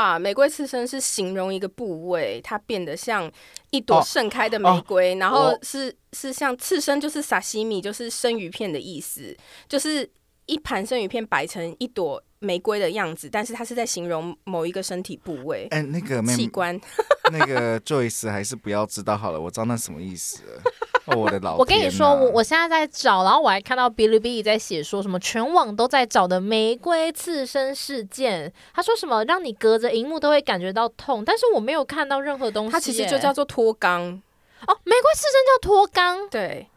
啊，玫瑰刺身是形容一个部位，它变得像一朵盛开的玫瑰，然后是是像刺身，就是沙西米，就是生鱼片的意思，就是一盘生鱼片摆成一朵玫瑰的样子，但是它是在形容某一个身体部位、哎，那个妹器官。那个 Joyce 还是不要知道好了，我知道那什么意思了。哦我的老天呐，我跟你说，我我现在在找，然后我还看到哔哩哔哩在写说什么全网都在找的玫瑰刺身事件，他说什么让你隔着荧幕都会感觉到痛，但是我没有看到任何东西耶。它其实就叫做脱肛，哦，玫瑰刺身叫脱肛。对，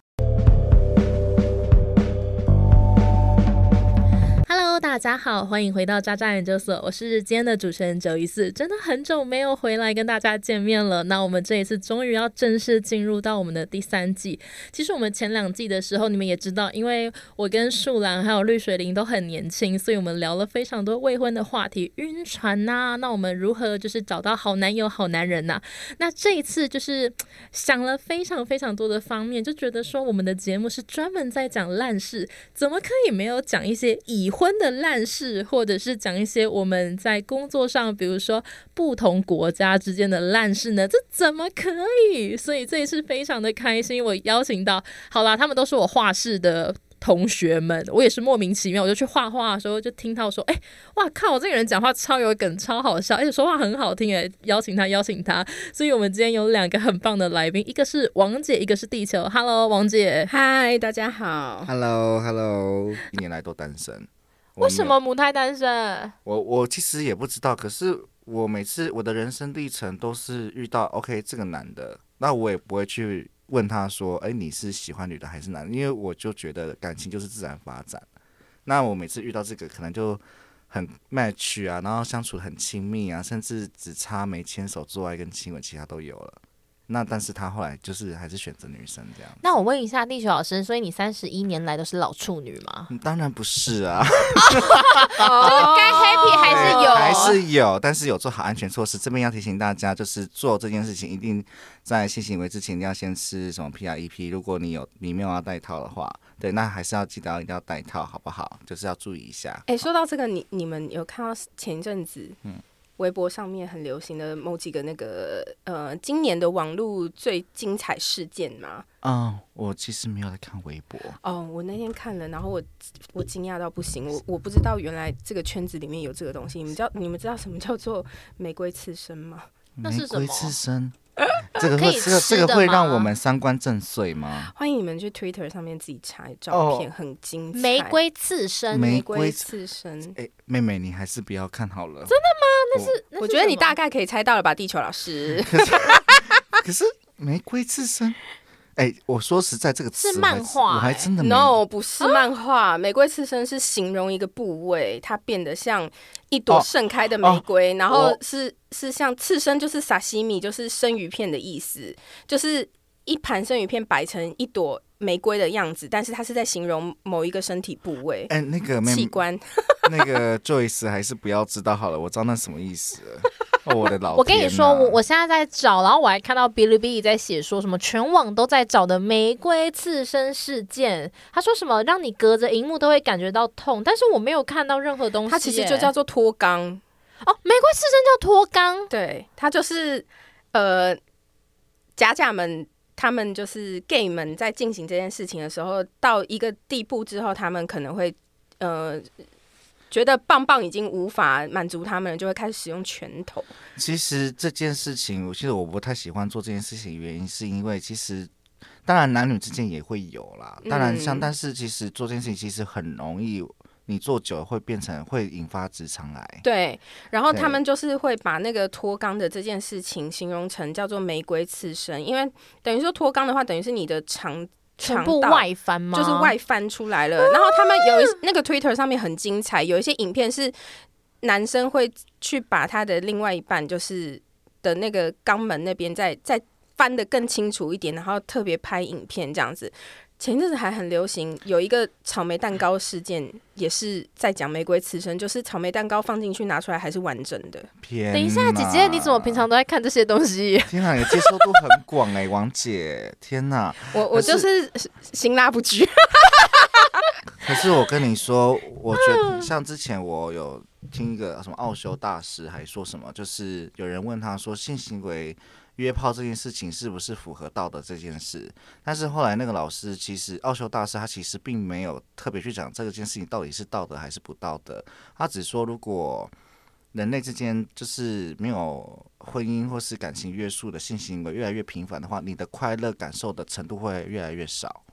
Hello，大家好，欢迎回到渣渣研究所，我是今天的主持人九一四，真的很久没有回来跟大家见面了。那我们这一次终于要正式进入到我们的第三季。其实我们前两季的时候，你们也知道，因为我跟树兰还有绿水灵都很年轻，所以我们聊了非常多未婚的话题，晕船呐、那我们如何就是找到好男友、好男人呐、那这一次就是想了非常非常多的方面，就觉得说我们的节目是专门在讲烂事，怎么可以没有讲一些已婚的烂事，或者是讲一些我们在工作上，比如说不同国家之间的烂事呢？这怎么可以？所以这一次非常的开心，我邀请到，好啦，他们都是我画室的。同学们，我也是莫名其妙，我就去画画的时候就听到说，哎、哇靠，这个人讲话超有梗，超好笑，而且说话很好听，哎，邀请他，邀请他，所以我们今天有两个很棒的来宾，一个是王姐，一个是地球。Hello，王姐，嗨，大家好。 Hello Hello，一年来都单身，我为什没有么母胎单身？我我其实也不知道，可是我每次我的人生历程都是遇到 OK 这个男的，那我也不会去问他说，哎、你是喜欢女的还是男的？因为我就觉得感情就是自然发展。那我每次遇到这个，可能就很 match 啊，然后相处很亲密啊，甚至只差没牵手、做爱跟亲吻，其他都有了。那但是他后来就是还是选择女生这样。那我问一下地球老师，所以你三十一年来都是老处女吗？嗯当然不是啊，哦该 happy 还是有还是有，但是有做好安全措施。这边要提醒大家，就是做这件事情，一定在性行为之前一定要先吃什么 PREP。如果你有你没有要戴套的话，对，那还是要记得要一定要戴套，好不好？就是要注意一下。哎、说到这个，你你们有看到前一阵子，微博上面很流行的某几个那个呃，今年的网络最精彩事件吗？嗯，我其实没有在看微博，哦，我那天看了，然后我我惊讶到不行，我我不知道原来这个圈子里面有这个东西。你们知道你们知道什么叫做玫瑰刺身吗？那是玫瑰什么刺 身，这个可会以这个吃这个的会吗让我们三观震碎吗？欢迎你们去 Twitter 上面自己查照片，很精彩。玫瑰刺身，玫哦玫瑰瑰刺身，哎、妹妹，你还是不要看好了。真的吗？那是那是我觉得你什么大概可以猜到了吧，地球老师。啊可是玫瑰刺身，哎、我说实在，这个词是我漫还画我还哎真的没 No，不是漫画，玫瑰刺身是形容一个部位，它变得像一朵哦盛开的玫瑰，然后我是是像刺身，就是沙西米，就是生鱼片的意思，就是一盘生鱼片摆成一朵玫瑰的样子，但是它是在形容某一个身体部位、哎、那 个妹器妹，官。那个 Joyce 还是不要知道好了，我知道那什么意思了。哦，我的老、天 我跟你说，呐我我现在在找，然后我还看到哔哩哔哩在写说什么全网都在找的玫瑰刺身事件，他说什么让你隔着荧幕都会感觉到痛，但是我没有看到任何东西耶。它其实就叫做脱肛，哦，玫瑰刺身叫脱肛，对，它就是呃，假假们他们就是 gay 们在进行这件事情的时候，到一个地步之后，他们可能会呃觉得棒棒已经无法满足他们了，就会开始使用拳头。其实这件事情，我其实我不太喜欢做这件事情，原因是因为其实当然男女之间也会有啦，当然像、嗯但是其实做这件事情其实很容易，你做久了会变成会引发直肠癌。对，然后他对们就是会把那个脱肛的这件事情形容成叫做玫瑰刺身，因为等于说脱肛的话，等于是你的肠全肠部道外翻吗？就是外翻出来了。然后他们有一那个 Twitter 上面很精彩，有一些影片是男生会去把他的另外一半就是的那个肛门那边再再翻的更清楚一点，然后特别拍影片这样子。前一阵子还很流行有一个草莓蛋糕事件，也是在讲玫瑰刺身，就是草莓蛋糕放进去拿出来还是完整的。天，等一下，姐姐，你怎么平？常都在看这些东西？天哪，你的接受度很广哎、王姐，天哪！我我可就是辛辣不拘，可是我跟你说，我觉得像之前我有听一个什么奥修大师还说什么，就是有人问他说性行为约炮这件事情是不是符合道德这件事，但是后来那个老师其实奥修大师他其实并没有特别去讲这件事情到底是道德还是不道德，他只说如果人类之间就是没有婚姻或是感情约束的性行为越来越频繁的话，你的快乐感受的程度会越来越少。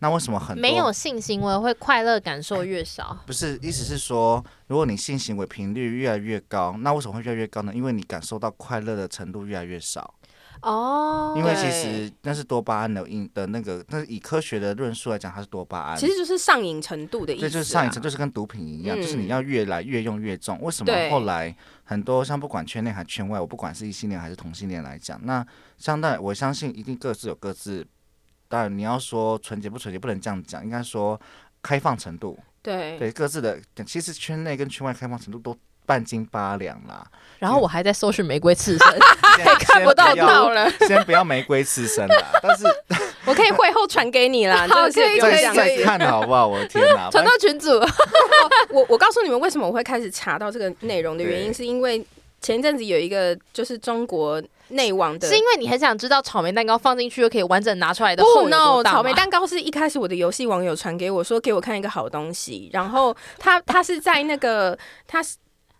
那为什么很多没有性行为会快乐感受越少？不是，意思是说，如果你性行为频率越来越高，那为什么会越来越高呢？因为你感受到快乐的程度越来越少。哦，因为其实那是多巴胺的因的那个，但是以科学的论述来讲，它是多巴胺。其实就是上瘾程度的意思、这啊。就是上一层，就是跟毒品一样，嗯就是你要越来越用越重。为什对么后来很多像不管圈内还圈外，我不管是异性恋还是同性恋来讲，那相当我相信一定各自有各自。当然你要说纯洁不纯洁，不能这样讲，应该说开放程度。对对各自的，其实圈内跟圈外开放程度都半斤八两 啦，然后我还在搜寻玫瑰刺 身，先看不到到，了，先不要先不要玫瑰刺身啦，但是我可以会后传给你啦， 好这个可以不用再讲可以再看好不好？我的天 哪，传到群组。我我告诉你们为什么我会开始查到这个内容的原因，对是因为前一阵子有一个就是中国内网的是因为你很想知道草莓蛋糕放进去又可以完整拿出来的不后 no 有多大吗草莓蛋糕是一开始我的游戏网友传给我说给我看一个好东西，然后 他他是在那个他是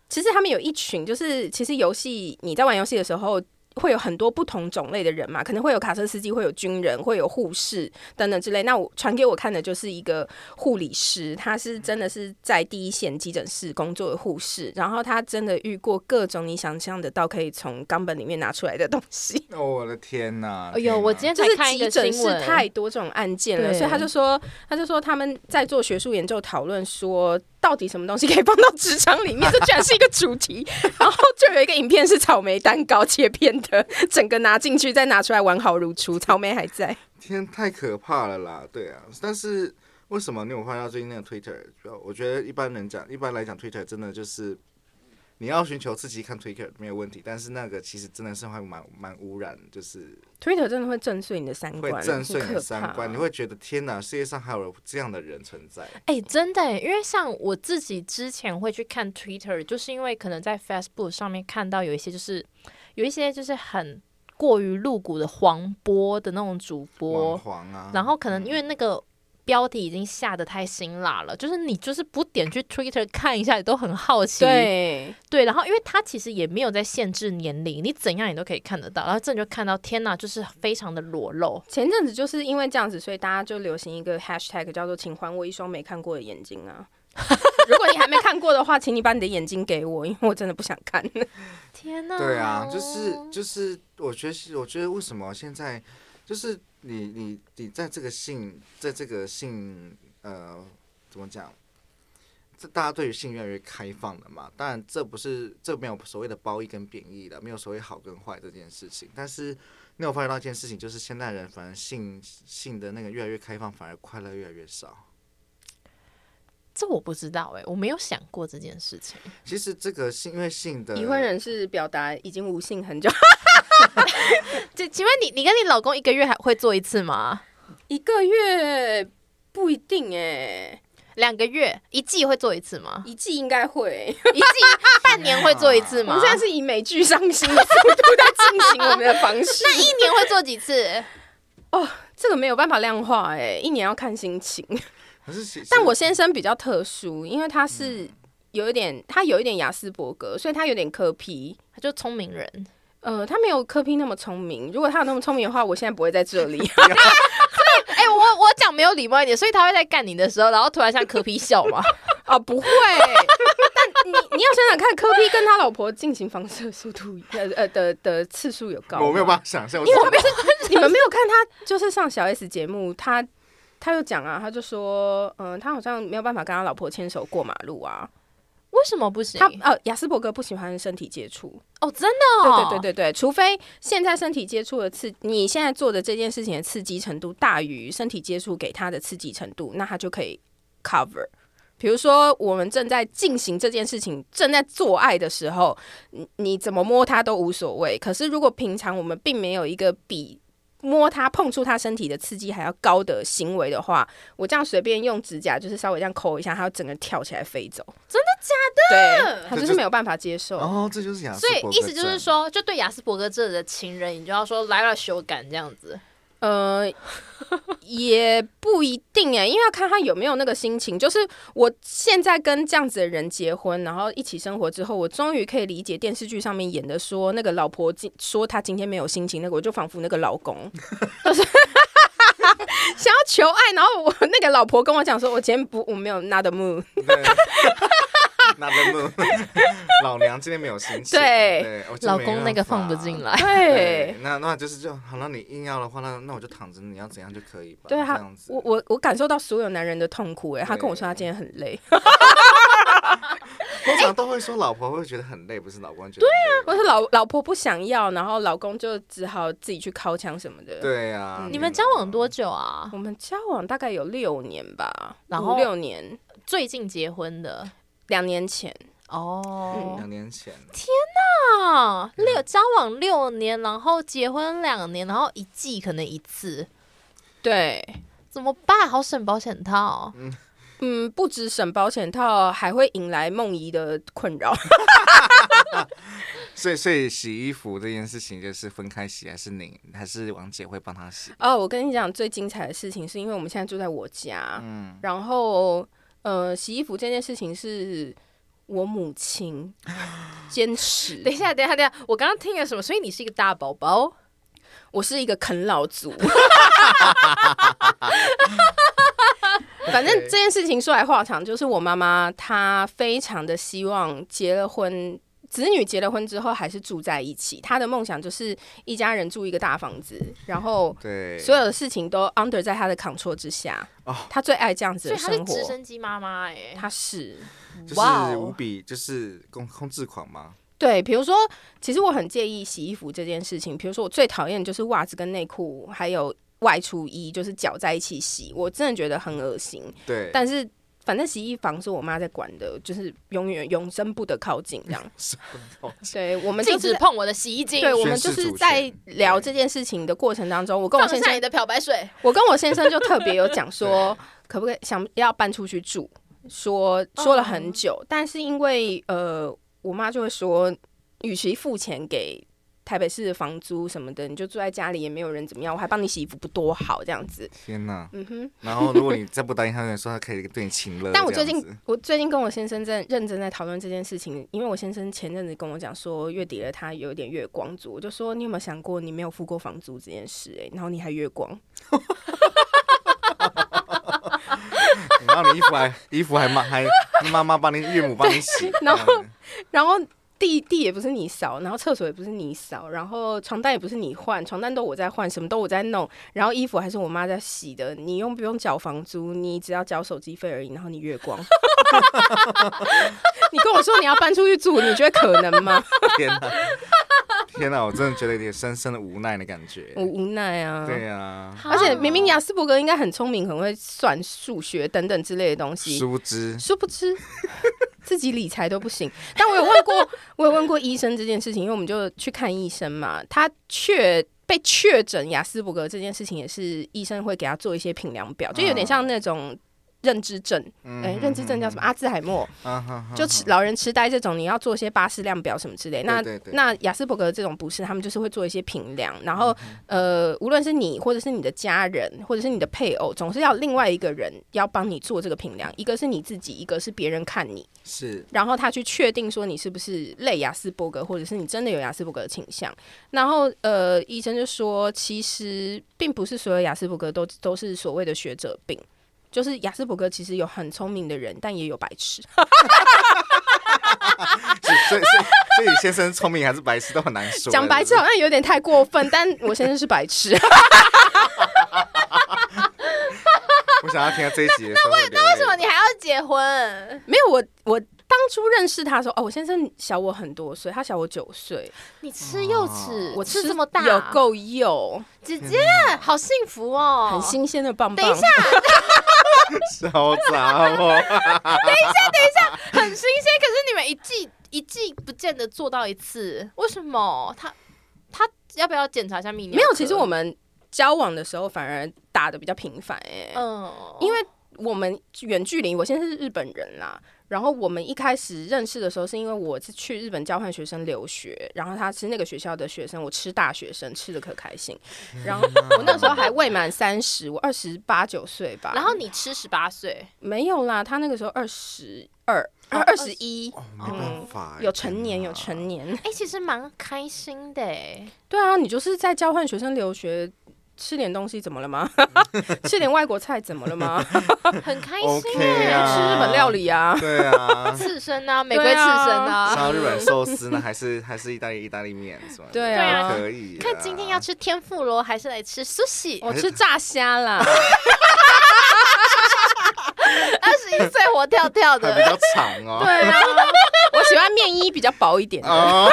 其实他们有一群就是其实游戏你在玩游戏的时候。会有很多不同种类的人嘛，可能会有卡车司机，会有军人，会有护士等等之类。那我传给我看的就是一个护理师，他是真的是在第一线急诊室工作的护士，然后他真的遇过各种你想象得到可以从冈本里面拿出来的东西。哦我的天哪！哎呦，天我哪今天才就是看一急个诊新室闻，太多这种案件了，对所以他就说，他就说他们在做学术研究讨论说，到底什么东西可以放到职场里面，这居然是一个主题。然后就有一个影片是草莓蛋糕切片的，整个拿进去再拿出来完好如初，草莓还在。天太可怕了啦，对啊，但是为什么你有发现到最近那个 Twitter？我觉得一般人讲，一般来讲，Twitter 真的就是你要寻求刺激看 Twitter 没有问题，但是那个其实真的是会蛮蛮污染，就是。 Twitter 真的会震碎你的三会观，震碎很可你的怕三观，你会觉得天哪，世界上还有这样的人存在。哎、真的耶，因为像我自己之前会去看 Twitter，就是因为可能在 Facebook 上面看到有一些就是有一些就是很过于露骨的黄播的那种主网播，黄啊，然后可能因为那个标题已经下的太辛辣了，就是你就是不点去 Twitter 看一下，你都很好奇。对，对然后因为它其实也没有在限制年龄，你怎样你都可以看得到。然后这你就看到，天哪，就是非常的裸露。前阵子就是因为这样子，所以大家就流行一个 hashtag 叫做“请还我一双没看过的眼睛”啊。 如果你还没看过的话，请你把你的眼睛给我，因为我真的不想看。天哪！对啊，就是哦就是，我觉得是我觉得为什么现在就是你你你在这个性，在这个性呃怎么讲？这大家对于性越来越开放了嘛？当然，这不是这没有所谓的褒义跟贬义的，没有所谓好跟坏这件事情。但是你有发现到一件事情，就是现代人反而性性的那个越来越开放，反而快乐越来越少。这我不知道哎、我没有想过这件事情。其实这个性，因为性的已婚人士表达已经无性很久， 这请问你，你跟你老公一个月还会做一次吗？一个月不一定哎、？两个月一季会做一次吗一季应该 会。一季半年会做一次我吗？们现在是以美剧上新的速度在进行我们的方式， 那一年会做几次？这个没有办法量化哎、一年要看心情。可是其实但我先生比较特殊，因为他是有一点，他有一点雅斯伯格，所以他有点磕皮。他就聪明人，呃，他没有柯皮那么聪明。如果他有那么聪明的话，我现在不会在这里。哎、我我讲没有礼貌一点，所以他会在干你的时候，然后突然像柯皮笑 嘛。哦，不会。但你你要想想看，柯皮跟他老婆进行房射速度呃呃的的次数有高吗，我没有办法想象，因为我他不是你们没有看他，就是上小 S 节目，他他有讲啊，他就说，嗯、他好像没有办法跟他老婆牵手过马路啊。为什么不行？他呃，雅斯伯格不喜欢身体接触，哦，真的、哦，对对对对对，除非现在身体接触的刺，你现在做的这件事情的刺激程度大于身体接触给他的刺激程度，那他就可以 cover。比如说，我们正在进行这件事情，正在做爱的时候，你你怎么摸它都无所谓。可是，如果平常我们并没有一个比摸他、碰触他身体的刺激还要高的行为的话，我这样随便用指甲就是稍微这样抠一下，他要整个跳起来飞走。真的假的？对，他就是没有办法接受。哦，这就是雅思所伯以格意思就是症，说，就对雅斯伯格症的情人，你就要说来了修改这样子。呃，也不一定 哎，因为要看他有没有那个心情。就是我现在跟这样子的人结婚，然后一起生活之后，我终于可以理解电视剧上面演的说那个老婆今说她今天没有心情，那个我就仿佛那个老公， 就是想要求爱，然后我那个老婆跟我讲说，我今天不我没有 not mood，对 拿着木， 老娘今天没有心情。对对，我就老没公那个办法放不进。来，对对，。那那就是就好，那你硬要的话，那那我就躺着，你要怎样就可以吧。对这啊他样，子我我我感受到所有男人的痛苦哎、他跟我说他今天很累， 哎通常都会说老婆会觉得很累，不是老公觉得啊我对说老老婆不想要，然后老公就只好自己去敲墙什么的。对啊，嗯你们交往多久啊？我们交往大概有六年吧，然后五六年，最近结婚的两年前，哦嗯两年前，啊，六交往六年，然后结婚两年，然后一季可能一次，对，怎么办？好省保险套，嗯，不止省保险套，还会引来梦怡的困扰。所以所以洗衣服这件事情就是分开洗，还是你还是王姐会帮他洗？哦，我跟你讲，最精彩的事情是因为我们现在住在我家，嗯，然后呃，洗衣服这件事情是我母亲 坚持。等一下，等一下，等一下，我刚刚听了什么？所以你是一个大宝宝，我是一个啃老族。 反正这件事情说来话长，就是我妈妈她非常的希望结了婚，子女结了婚之后还是住在一起。她的梦想就是一家人住一个大房子，然后对，所有的事情都 under 在她的 control 之下。哦她最爱这样子所以的她是生直活。升机妈妈哎，她是就哇是哦无比就是控控制狂嘛。对，比如说，其实我很介意洗衣服这件事情。比如说，我最讨厌就是袜子跟内裤还有外出衣，就是搅在一起洗，我真的觉得很恶心。对，但是反正洗衣房是我妈在管的，就是永远永生不得靠近这 样。对，我们就禁止是。碰我的洗衣机，对，我们就宣示是主在权聊对这件事情的过程当中，我跟我放先下你生，的漂白水，我跟我先生就特别有讲 说，可不可以想要搬出去住，说说了很久，哦但是因为呃，我妈就会说，与其付钱给台北市的房租什么的，你就住在家里也没有人怎么样，我还帮你洗衣服，不多好这样子。天哪！嗯哼，然后如果你再不答应他，他说他可以对你亲了。但我呃这最样近子我最近跟我先生在认真在讨论这件事情，因为我先生前阵子跟我讲说月底了，他有一点月光族，我就说你有没有想过你没有付过房租这件事、欸？然后你还月光，然后你衣服还衣服还妈还妈妈帮你岳母帮你洗，然后这样子然后地地也不是你扫，然后厕所也不是你扫，然后床单也不是你换，床单都我在换，什么都我在弄，然后衣服还是我妈在洗的，你用不用缴房租？你只要缴手机费而已，然后你月 光。你跟我说你要搬出去住，你觉得可能吗？天哪！天哪！我真的觉得有点深深的无奈的感觉我。 无奈啊。对呀，而且明明雅斯伯格应该很聪明，很会算数学等等之类的东西，殊不知殊不知自己理财都不行。但我有问过，我有问过医生这件事情，因为我们就去看医生嘛，他确。被确诊雅斯伯格这件事情，也是医生会给他做一些评量表，就有嗯点像那种认知症，哎、认知症叫什么？阿兹海默，啊哈哈，就痴老人痴呆这种，你要做一些巴氏量表什么之类。那对对对那雅斯伯格这种不是，他们就是会做一些评量，然后、呃，无论是你或者是你的家人或者是你的配偶，总是要另外一个人要帮你做这个评量，一个是你自己，一个是别人看你，是然后他去确定说你是不是类雅斯伯格，或者是你真的有雅斯伯格的倾向。然后呃，医生就说，其实并不是所有雅斯伯格都都是所谓的学者病。就是雅斯伯格其实有很聪明的人，但也有白痴。所以所以所以所以先生聪明还是白痴都很难说。讲白痴好像有点太过分，但我先生是白痴。我想要听到这一集的时候会流泪。那为为什哦么你还要结婚？没有我，我当初认识他的时候，哦，我先生小我很多岁，他小我九岁，你吃幼齿，我吃这么大，有够幼，姐姐好幸福哦，很新鲜的棒棒。等一下，好杂哦？ 很新鲜。可是你们一季一季不见得做到一次，为什么？他他要不要检查一下泌尿科？没有，其实我们交往的时候反而打的比较频繁哎、嗯，因为我们远距离，我现在是日本人啦。然后我们一开始认识的时候，是因为我是去日本交换学生留学，然后他吃那个学校的学生，我吃大学生，吃的可开心。然后我那时候还未满三十，我二十八九岁吧。然后你吃十八岁，没有啦，他那个时候二十二、二十一，哦，没办法，有成年，有年。成年。哎、其实蛮开心的哎、对啊，你就是在交换学生留学，吃点东西怎么了吗？ 吃点外国菜怎么了吗？很开心 OK 哎、吃日本料理啊。对啊，刺身啊，玫瑰刺身啊。像日本寿司呢，还是还是意大利意大利面什么的？对啊都可以啊。看今天要吃天妇罗还是来吃苏喜？ 我吃炸虾啦，二十一岁活跳跳还比的，较长哦。 对啊，我喜欢面衣比较薄一点的， 哦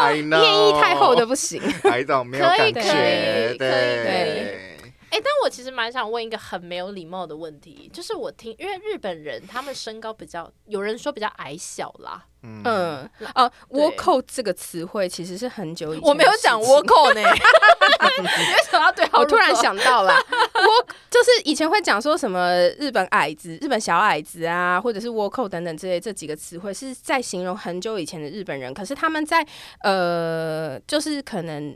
，I know，面衣太厚的不行。 ，I know，没有感可以可觉，以对，哎、但我其实蛮想问一个很没有礼貌的问题，就是我听，因为日本人他们身高比较，有人说比较矮小啦，嗯，嗯，哦对倭寇这个词汇其实是很久以前， 我没有讲倭，寇呢， 你为什么要对号我 入座？突然想到啦， 倭就是以前会讲说什么日本矮子、日本小矮子啊，或者是倭寇等等之类这几个词汇，是在形容很久以前的日本人。可是他们在呃，就是可能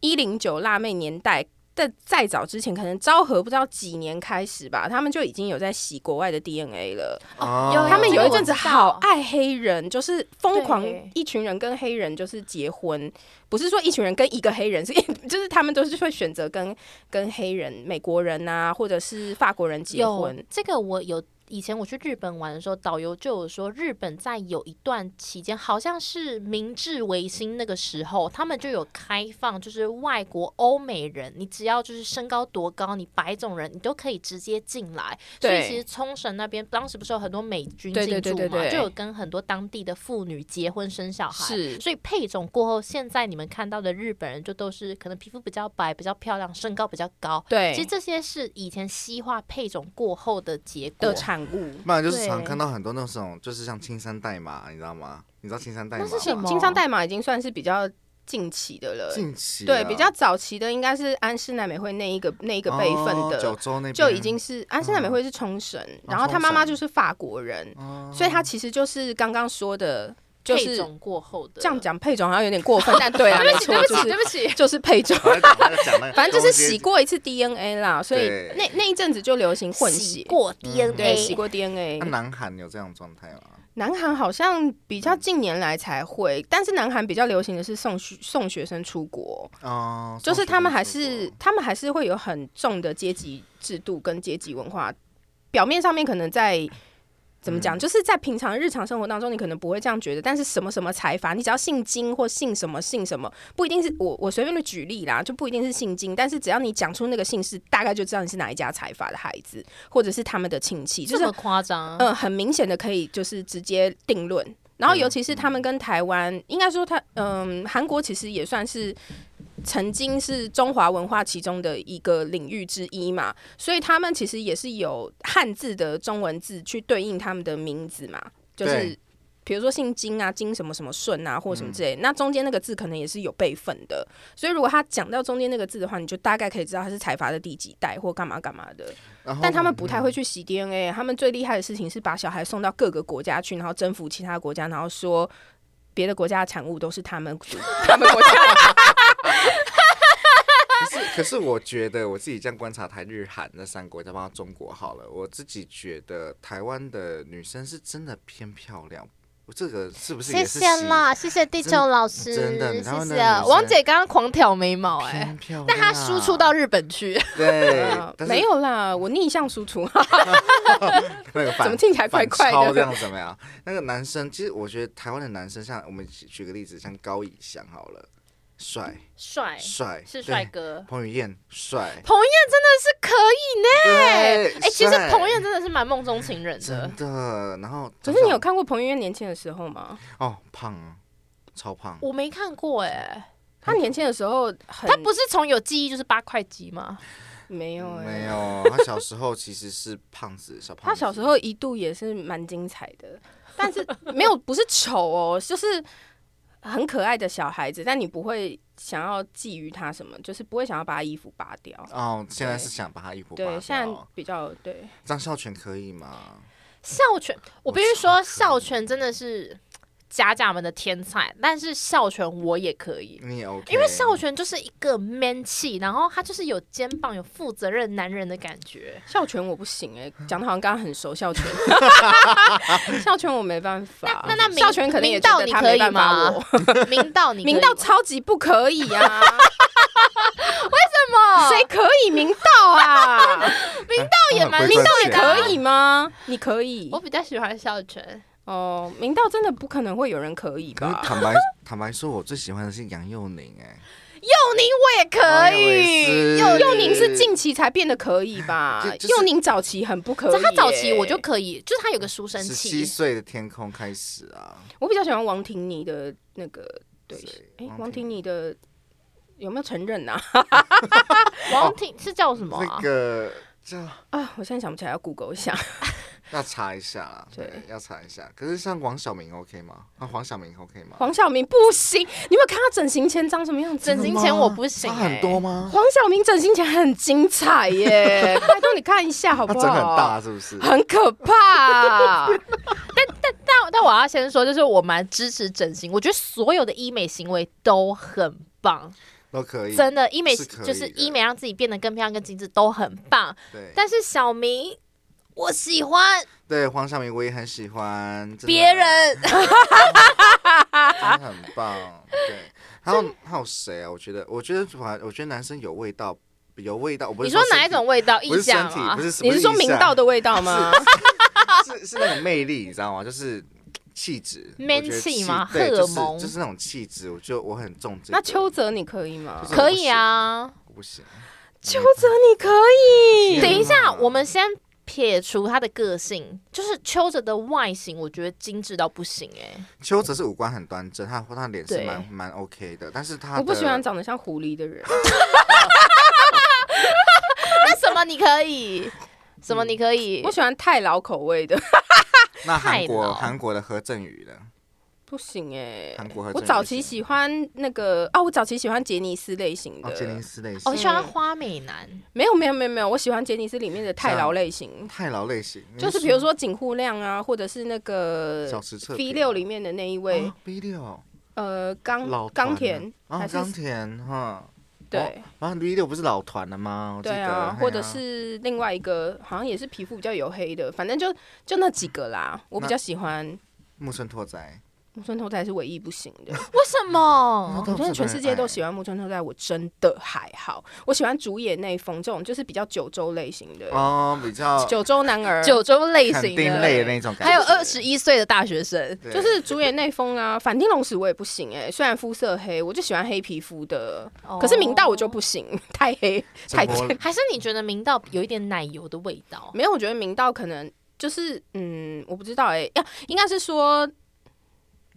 一零九辣妹年代。在再早之前，可能昭和不知道几年开始吧，他们就已经有在洗国外的 DNA 了。哦有他们有一阵子这个我知道好爱黑人，就是疯狂对一群人跟黑人就是结婚，不是说一群人跟一个黑人，是 就是他们都是会选择跟跟黑人、美国人啊，或者是法国人结有婚。这个我有。以前我去日本玩的时候，导游就有说，日本在有一段期间，好像是明治维新那个时候，他们就有开放，就是外国欧美人，你只要就是身高多高，你白种人，你都可以直接进来。所以对其实冲绳那边当时不是有很多美军对进对对驻对嘛，对就有跟很多当地的妇女结婚生小孩。是所以配种过后，现在你们看到的日本人就都是可能皮肤比较白、比较漂亮、身高比较高，对其实这些是以前西化配种过后的结果的。产物。不然就是常对看到很多那种，就是像青山代码，你知道吗？你知道青山代码那吗是什么金商代码已经算是比较近期的了，近期啊对，比较早期的应该是安室奈美惠那一个那一个辈分哦九的，州那边就已经是安室奈美惠是冲绳，嗯哦然后她妈妈就是法国人，所以她其实就是刚刚说的，就配是种过后的这样，讲配种好像有点过 分，但对啊，没错，就是不起，就是配种，反正讲那个讲那个反正就是洗过一次 DNA 啦，所以对那那一阵子就流行混洗血，嗯过对， DNA，洗过那 DNA。南韩有这样的状态吗？南韩好像比较近年来才会，但是南韩比较流行的是送学送学生出国，啊哦，就是他们还送水是果他们还是会有很重的阶级制度跟阶级文化，表面上面可能在。怎么嗯讲？就是在平常日常生活当中，你可能不会这样觉得，但是什么什么财阀，你只要姓金或姓什么姓什么，不一定是我我随便的举例啦，就不一定是姓金，但是只要你讲出那个姓氏，大概就知道你是哪一家财阀的孩子，或者是他们的亲戚，就这是么夸张？嗯，很明显的可以就是直接定论。然后尤其是他们跟台湾，应该说他嗯，韩国其实也算是曾经是中华文化其中的一个领域之一嘛，所以他们其实也是有汉字的中文字去对应他们的名字嘛，就是对。比如说姓金啊，金什么什么顺啊，或什么之类，那中间那个字可能也是有辈分的，所以如果他讲到中间那个字的话，你就大概可以知道他是财阀的第几代或干嘛干嘛的。然后嗯但他们不太会去洗 DNA，他们最厉害的事情是把小孩送到各个国家去，然后征服其他国家，然后说别的国家的产物都是他们他们国家的。可是，可是我觉得我自己这样观察台日韩那三国，再包括中国好了，我自己觉得台湾的女生是真的偏漂亮，我这个是不是也谢是谢啦，谢谢地球老师，真的你谢知道那谢啊个女生王姐刚刚狂挑眉毛习哎偏，漂亮？啊但她输出到日本 去，对，但是没有啦，我逆向输出，啊那个怎么反听起来怪反怪超这的？样怎么样？那个男生，其实我觉得台湾的男生，像我们举举个例子，像高以翔好了，帅帅帅是帅，对哥。彭于晏帅，彭于晏真的是可以呢，对，哎，其实帅彭于晏真的是蛮梦中情人的真，的，然后可是你有看过彭于晏年轻的时候吗？哦胖啊，超胖，我没看过哎，他年轻的时候很他不是从有记忆就是八块肌吗？没有哎、没有，他小时候其实是胖子，小胖子。他小时候一度也是蛮精彩的，但是没有不是丑哦，就是很可爱的小孩子，但你不会想要觊觎他什么，就是不会想要把他衣服拔掉。哦，现在是想把他衣服对，扒现在掉。比较对，张孝全可以吗？孝全，我我必须超说，可孝以全真的是假假们的天才，但是孝全我也可以。你也 OK，因为孝全就是一个 man 气，然后他就是有肩膀、有负责任男人的感觉。 孝全我不行哎、讲的好像刚刚很熟孝全，孝全我没办法。那那明孝全肯定也明觉道得你他可没以办法吗我，？明道你可以明道吗超级不可以啊，哦谁可以明道 啊？道也蛮明道也对啊哦可以吗？你可以我比较喜欢孝全，哦，明道真的不可能会有人可以可是吧？坦白坦白说，我最喜欢的是杨佑宁 哎、佑宁我也可以。佑佑宁是近期才变得可以吧就？就是佑宁早期很不可以在耶，他早期我就可以，就是他有个书生十七气，岁的天空开始啊，我比较喜欢王婷妮的那个对谁，哎，王王婷婷妮的有没有承认啊？王挺是叫什么啊那？个叫啊，我现在想不起来，要 Google 一下。要查一下啦，对对，要查一下。可是像王小明 OK 吗？啊，黄小明 OK 吗？黄晓明不行，你有没有看他整形前长什么样子？整形前我不行差欸很多吗？黄晓明整形前很精彩 耶，拜托你看一下好他不整好？很大是不是？很可怕。但但我要先说，就是我蛮支持整形，我觉得所有的医美行为都很棒，都可以，真的医美是可以的就是医美让自己变得更漂亮、更精致都很棒。对但是小明，我喜欢对，黄小明我也很喜欢，真的别人，啊真的很棒。对，还有还有谁啊？我觉得，我觉得反，我觉得男生有味道，有味道。我不 你是说哪身一体种？味道？不意是身象啊体，吗不？ 是你是说明道的，的味道吗？是是那种魅力，你知道吗？就是气质 Man 我觉得气吗对就是荷尔蒙就是那种气质，我就我很重这个。那邱泽你可以吗就？是可以啊。我不行，邱泽你可以，等一下，天哪我们先撇除他的个性，就是邱泽的外形，我觉得精致到不行哎、邱泽是五官很端正，他他脸是对蛮蛮 OK 的，但是他我不的喜欢长得像狐狸的人。那什么你 可以？什么你可以我？喜欢太老口味的，那韩太国老韩国的何振宇的，不行哎、韩国何我振宇早不期行喜欢那个啊，我早期喜欢杰尼斯类型的，哦杰尼斯类型，哦，喜欢花美男。没有没有没有没有，我喜欢杰尼斯里面的太劳类型，太老类型，就是比如说井户亮啊，或者是那个小池彻 V 六里面的那一位， B 哦六呃，钢老团钢啊田啊还是钢田哈，对。啊 V 六不是老团了吗？我记对得啊嘿，或者是另外一个好像也是皮肤比较黝黑的，反正就就那几个啦。我比那较喜欢木村拓哉，木村拓哉是唯一不行的。哦为什么？我觉哦得全世界都喜欢。欢木村拓哉，我真的还好。我喜欢竹野内丰这种就是比较九州类型的，哦，比较九州男儿，九州类肯型定类的的，那种感觉，还有二十一岁的大学生，对，就是竹野内丰啊，反町隆史我也不行哎、虽然肤色黑，我就喜欢黑皮肤的。哦可是明道我就不行， 太黑太怎么黑。 还是你觉得明道有一点奶油的味道？没有，我觉得明道可能就是嗯，我不知道哎、要应该是说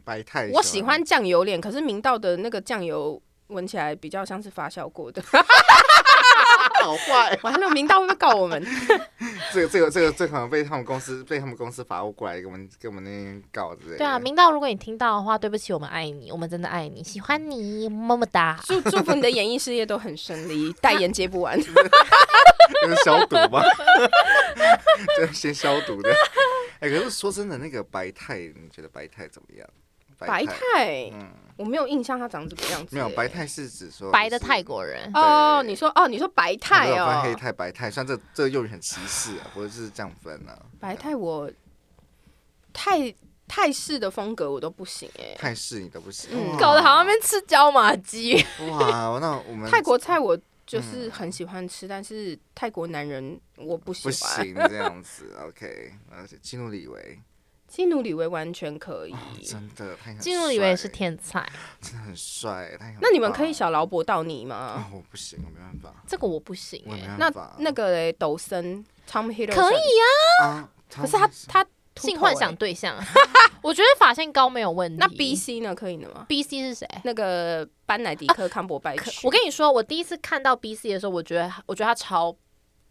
白太，我喜 欢酱油脸，可是明道的那个酱油闻起来比较像是发酵过的。 好坏，完了，明道会不会告我们？ 这个这个这个这可能被他们公司被他们公司法务过来给我们给我们那边告之类的。对啊，明道，如果你听到的话，对不起，我们爱你，我们真的爱你，喜欢你，么么哒。祝祝福你的演艺事业都很顺利，代言接不 完。就是消毒吧， 就是先消毒的。哎、可是说真的，那个白菜，你觉得白菜怎么样？白菜太，嗯我没有印象他长什么样子、欸没有，白菜是指说白的哦就是泰国人，哦，对你说哦，你说白我太没有分哦，黑太白太，像这这用语很歧视啊，我就是这样分啊。白太我泰泰式的风格我都不行哎、泰式你都不行，嗯哇 搞得好像在吃椒麻哦鸡。哇，那我们泰国菜我嗯就是很喜欢吃，但是泰国男人我不喜不欢。行这样子，OK，而且基努里维基努里维完全可以。哦真的他也很 进入以为是帅天才，真的很帅，他也很那你们可以棒小劳勃道尼吗？啊，我不行，我没办法，这个我不行我没哎。嗯那办法。那个嘞，抖森 Tom Hiddleston 可以啊，啊，可是他他秃性头幻欸想对象，我觉得发线高没有问题。那 B C 呢？可以的吗？ B C 是谁？那个班乃迪克康伯拜可区，我跟你说，我第一次看到 B C 的时候，我觉得我觉得他超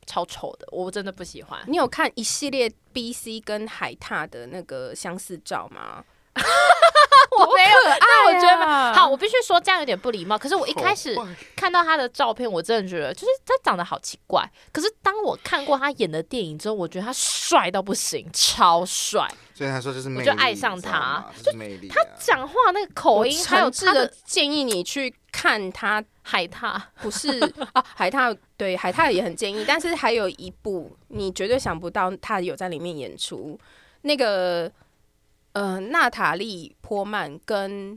超丑的，我真的不喜欢。你有看 一系列 B C 跟海獭的那个相似照吗？我没有，那我觉得啊好，我必须说这样有点不礼貌。可是我一开始好坏看到他的照片，我真的觉得就是他长得好奇怪。可是当我看过他演的电影之后，我觉得他帅到不行，超帅。所以他说就是魅我力，就爱你上他知道吗就是魅力啊。讲话那个口我音，还有诚挚他的的建议你去看他，海獭，不是 啊，海獭对海獭也很建议，但是还有一部你绝对想不到他有在里面演出，那个呃娜塔莉波曼跟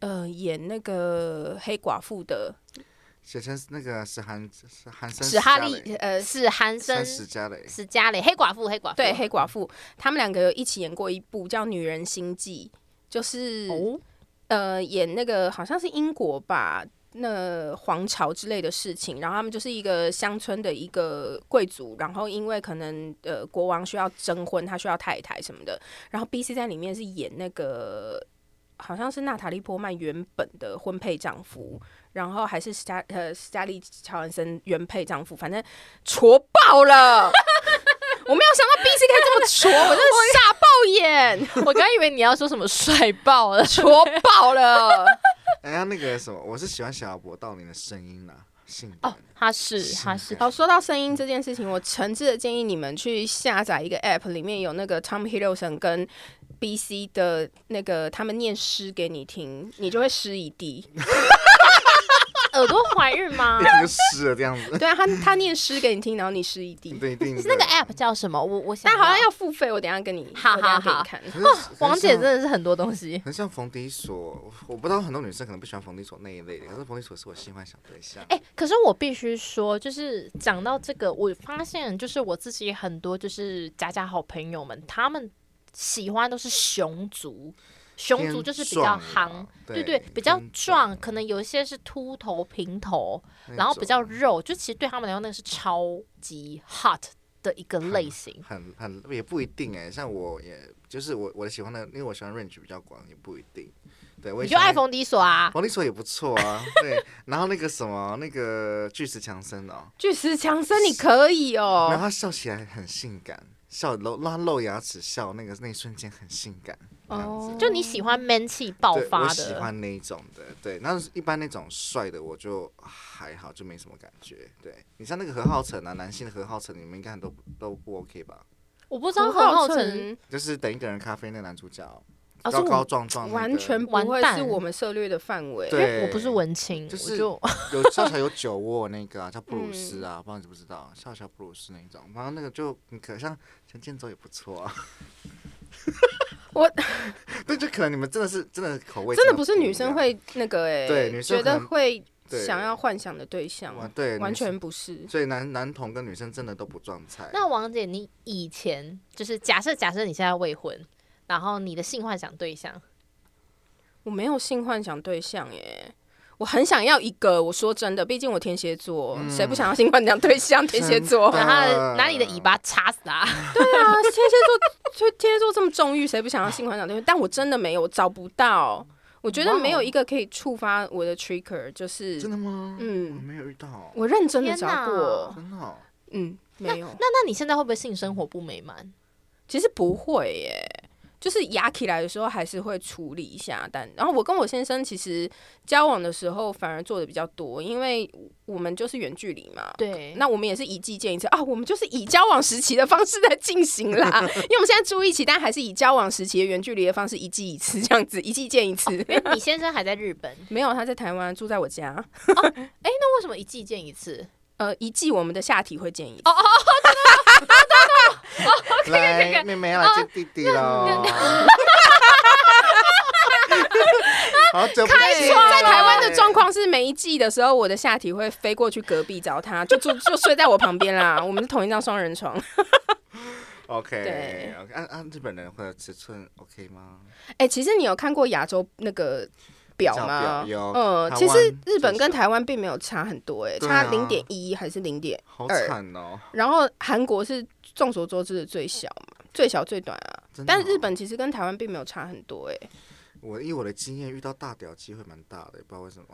呃演那个黑寡妇的写成那个史韩史韩森史哈嘉利蕾，呃是韩三森，史嘉蕾，史嘉蕾，黑寡妇，黑寡妇，对黑寡妇，他们两个有一起演过一部叫《女人心计》，就是、哦，呃演那个好像是英国吧，那皇朝之类的事情。然后他们就是一个乡村的一个贵族，然后因为可能呃国王需要征婚，他需要太太什么的。然后 B C 在里面是演那个好像是娜塔莉波曼原本的婚配丈夫。然后还是史嘉呃史嘉丽乔恩森原配丈夫，反正挫爆了！ 我没有想到 B C 可以这么挫，我真的傻爆眼。，我刚以为你要说什么帅爆了戳爆了。哎呀，那个什么，我是喜欢小姚博道你的声音啊，性感。哦，他是他是是哦，说到声音这件事情，我诚挚的建议你们去下载一个 App，里面有那个 Tom Hiddleston 跟 BC 的那个他们念诗给你听，你就会诗一地。耳朵怀孕 吗一？听就湿了这样子，对啊，他他念诗给你听，然后你诗一地。对，一定的。是那个 app 叫什么？我我想但好像要要付费，我等一下跟你，好我等一下好好给你看。可是哎哦王姐真很像的是很多东西。很像冯迪所，我不知道很多女生可能不喜欢冯迪所那一类的，可是冯迪所是我性幻想对象。哎、可是我必须说，就是讲到这个，我发现就是我自己很多就是假假好朋友们，他们喜欢都是熊族，熊族就是比较偏壮夯啦，对对对，比较偏壮壮，可能有一些是秃头、平头，那然后比较种肉，就其实对他们来说，那个是超级 hot 的一个类型。很很也不一定哎，像我也就是我我喜欢的，因为我喜欢 range 比较广，也不一定。对，我你也喜就欢哦爱冯迪所啊？冯迪所也不错啊。对，然后那个什么那个巨石强森哦，巨石强森，你可以然后哦。他笑起来很性感，笑露露他露牙齿笑那个那一瞬间很性感。这样子哦，就你喜欢 man 气哦爆对，发我喜的，欢那一种的，对。那一般那种帅的我就还好，就没什么感觉。对你像那个何浩晨啊，男性的何浩晨，你们应该很都不都不 OK 吧？我不知道张何浩浩晨晨就是等一个人咖啡那男主角，啊，是高高我壮壮、那个，完全不完会蛋是我们涉略的范围。因为对，我不是文青，就我是就 有笑起来有酒窝那个啊，叫布鲁斯啊，嗯不知道你知不知道？笑起来布鲁斯那一种，然后那个就你可像陈建州也不错啊。我 对，就可能你们真的是真的口味真的不不是女一生样会那个哎、对女生觉可能得会对想要幻想的对象，哇啊对完女生全不是。所以男男童跟女生真的都不撞菜。那王姐，你以前就是假设假设你现在未婚，然后你的性幻想对象，我没有性幻想对象耶，我很想要一个。我说真的，毕竟我天蝎座，谁、不想要性幻想对象？天蝎座，嗯真对的然后她的拿你的尾巴插死他， 啊，天蝎座就天蝎座这么纵欲，谁不想要性幻想对象？但我真的没有，我找不到。我觉得没有一个可以触发我的 trigger，就是真的吗？我嗯，没有遇到，我认真的天找哪过，真的哦、嗯，没有。那那你现在会不会性生活不美满？其实不会耶，就是压起来的时候还是会处理一下。但然后我跟我先生其实交往的时候反而做的比较多，因为我们就是远距离嘛。 对，那我们也是以季见一次啊，我们就是以交往时期的方式在进行啦， 因为我们现在住一起，但还是以交往时期的远距离的方式一季一次这样子，一季见一次。你先生还在日 本，哎没有，他在台湾住在我家，那为什么一季见一次？呃，一季我们的下体会见一次。来，哦妹妹来见弟弟喽。 好久不见，在台湾的状况是，每一季的时候，我的下体会飞过去隔壁找他， 就住就睡在我旁边啦。我们是同一张双人床。 OK 对 OK，按按日本人会有尺寸 OK 吗？ 哎、其实你有看过亚洲那个表吗比较表有？嗯，台其湾实日本就是跟台湾并没有差很多、哎、对啊差零点一还是零点，好惨哦，然后韩国是众所周知的最小嘛，最小最短啊。真的哦但日本其实跟台湾并没有差很多、哎， 我以我的经验，遇到大屌机会蛮大的，也不知道为什么。